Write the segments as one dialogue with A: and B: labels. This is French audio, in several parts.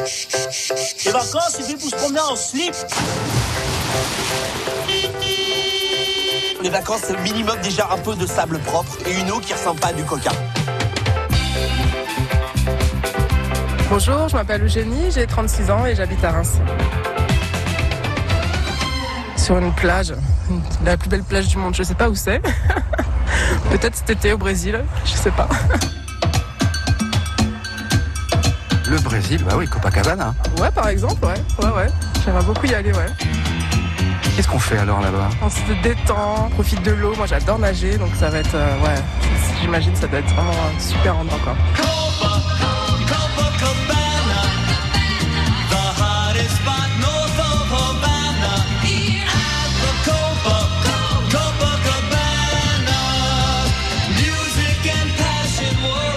A: Les vacances, c'est fait pour se promener en slip.
B: Les vacances, c'est minimum déjà un peu de sable propre et une eau qui ressemble pas à du coca.
C: Bonjour, je m'appelle Eugénie, j'ai 36 ans et j'habite à Reims. Sur une plage, une- la plus belle plage du monde, je sais pas où c'est. Peut-être cet été au Brésil, je sais pas.
D: Le Brésil, bah oui, Copacabana.
C: Ouais, par exemple, ouais, ouais, ouais. J'aimerais beaucoup y aller, ouais.
D: Qu'est-ce qu'on fait alors là-bas
C: On se détend, on profite de l'eau. Moi, j'adore nager, donc ça va être, euh, ouais, j'imagine, ça doit être vraiment un super endroit, quoi.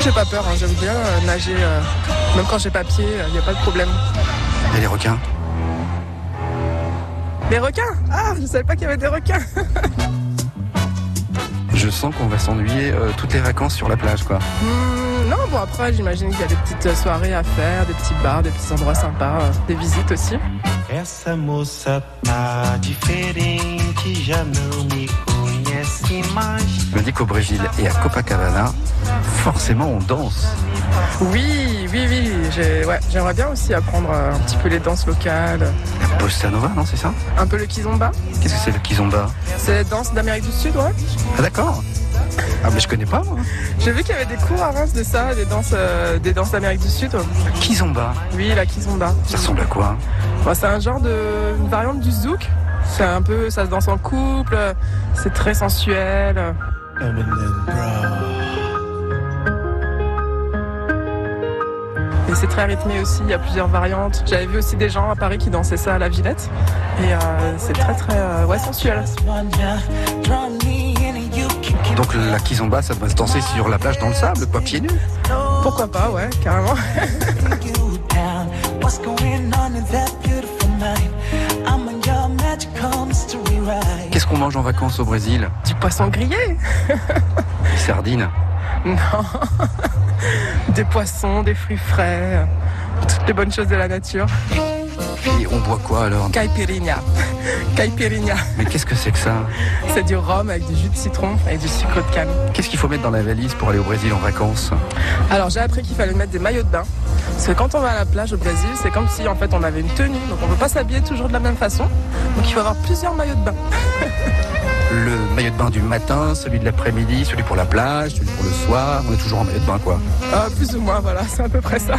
C: J'ai pas peur, hein, j'aime bien euh, nager, euh, même quand j'ai pas pied, il n'y a pas de problème.
D: Il y a les requins.
C: Les requins Ah, je savais pas qu'il y avait des requins
D: Je sens qu'on va s'ennuyer euh, toutes les vacances sur la plage, quoi.
C: Hmm, Non, bon, après, j'imagine qu'il y a des petites euh, soirées à faire, des petits bars, des petits endroits sympas, euh, des visites aussi.
E: Essa moça tá diferente, já não me conhece mais.
D: Je me dis qu'au Brésil et à Copacabana, forcément on danse.
C: Oui, oui, oui, j'ai- ouais, j'aimerais bien aussi apprendre euh, un petit peu les danses locales,
D: La bossa nova, non, c'est ça
C: un peu le kizomba.
D: Qu'est-ce que c'est le kizomba
C: C'est la danse d'Amérique du Sud, ouais.
D: Ah d'accord Ah mais je connais pas moi.
C: J'ai vu qu'il y avait des cours à Reims de ça, des danses, euh, des danses d'Amérique du Sud.
D: Kizomba,
C: Oui, la kizomba.
D: ça ressemble à quoi
C: Bon, c'est un genre de une variante du zouk. C'est un peu, ça se danse en couple. C'est très sensuel.
E: É Eminem Brown.
C: Et c'est très rythmé aussi. Il y a plusieurs variantes. J'avais vu aussi des gens à Paris qui dansaient ça à la Villette. Et euh, c'est très très euh, ouais sensuel.
D: Donc la kizomba, ça doit se danser sur la plage dans le sable, quoi, pieds nus
C: Pourquoi pas, ouais, carrément.
D: Qu'est-ce qu'on mange en vacances au Brésil
C: Du poisson grillé.
D: Des sardines.
C: Non. Des poissons, des fruits frais, euh, toutes les bonnes choses de la nature.
D: Et on boit quoi alors
C: Caipirinha. Caipirinha.
D: Mais qu'est-ce que c'est que ça
C: C'est du rhum avec du jus de citron et du sucre de canne.
D: Qu'est-ce qu'il faut mettre dans la valise pour aller au Brésil en vacances
C: Alors j'ai appris qu'il fallait mettre des maillots de bain. Parce que quand on va à la plage au Brésil, c'est comme si en fait on avait une tenue, donc on peut pas s'habiller toujours de la même façon. Donc il faut avoir plusieurs maillots de bain.
D: Le maillot de bain du matin, celui de l'après-midi, celui pour la plage, celui pour le soir. On est toujours en maillot de bain quoi.
C: Euh, plus ou moins, voilà, c'est à peu près ça.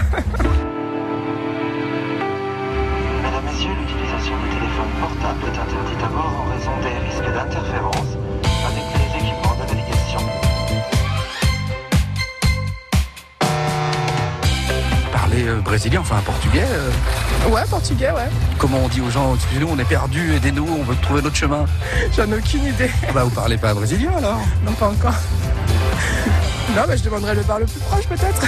F: Madame, Messieurs, l'utilisation du téléphone portable est interdite à bord en raison des risques d'interférence avec les équipements de navigation.
D: Parler euh, brésilien, enfin portugais. euh,
C: Ouais, portugais, ouais.
D: comment on dit aux gens Excusez-nous, on est perdus, aidez-nous, on veut trouver notre chemin.
C: J'en ai aucune idée.
D: Ah Bah vous parlez pas brésilien alors
C: Non, pas encore. Non, mais je demanderai le bar le plus proche peut-être.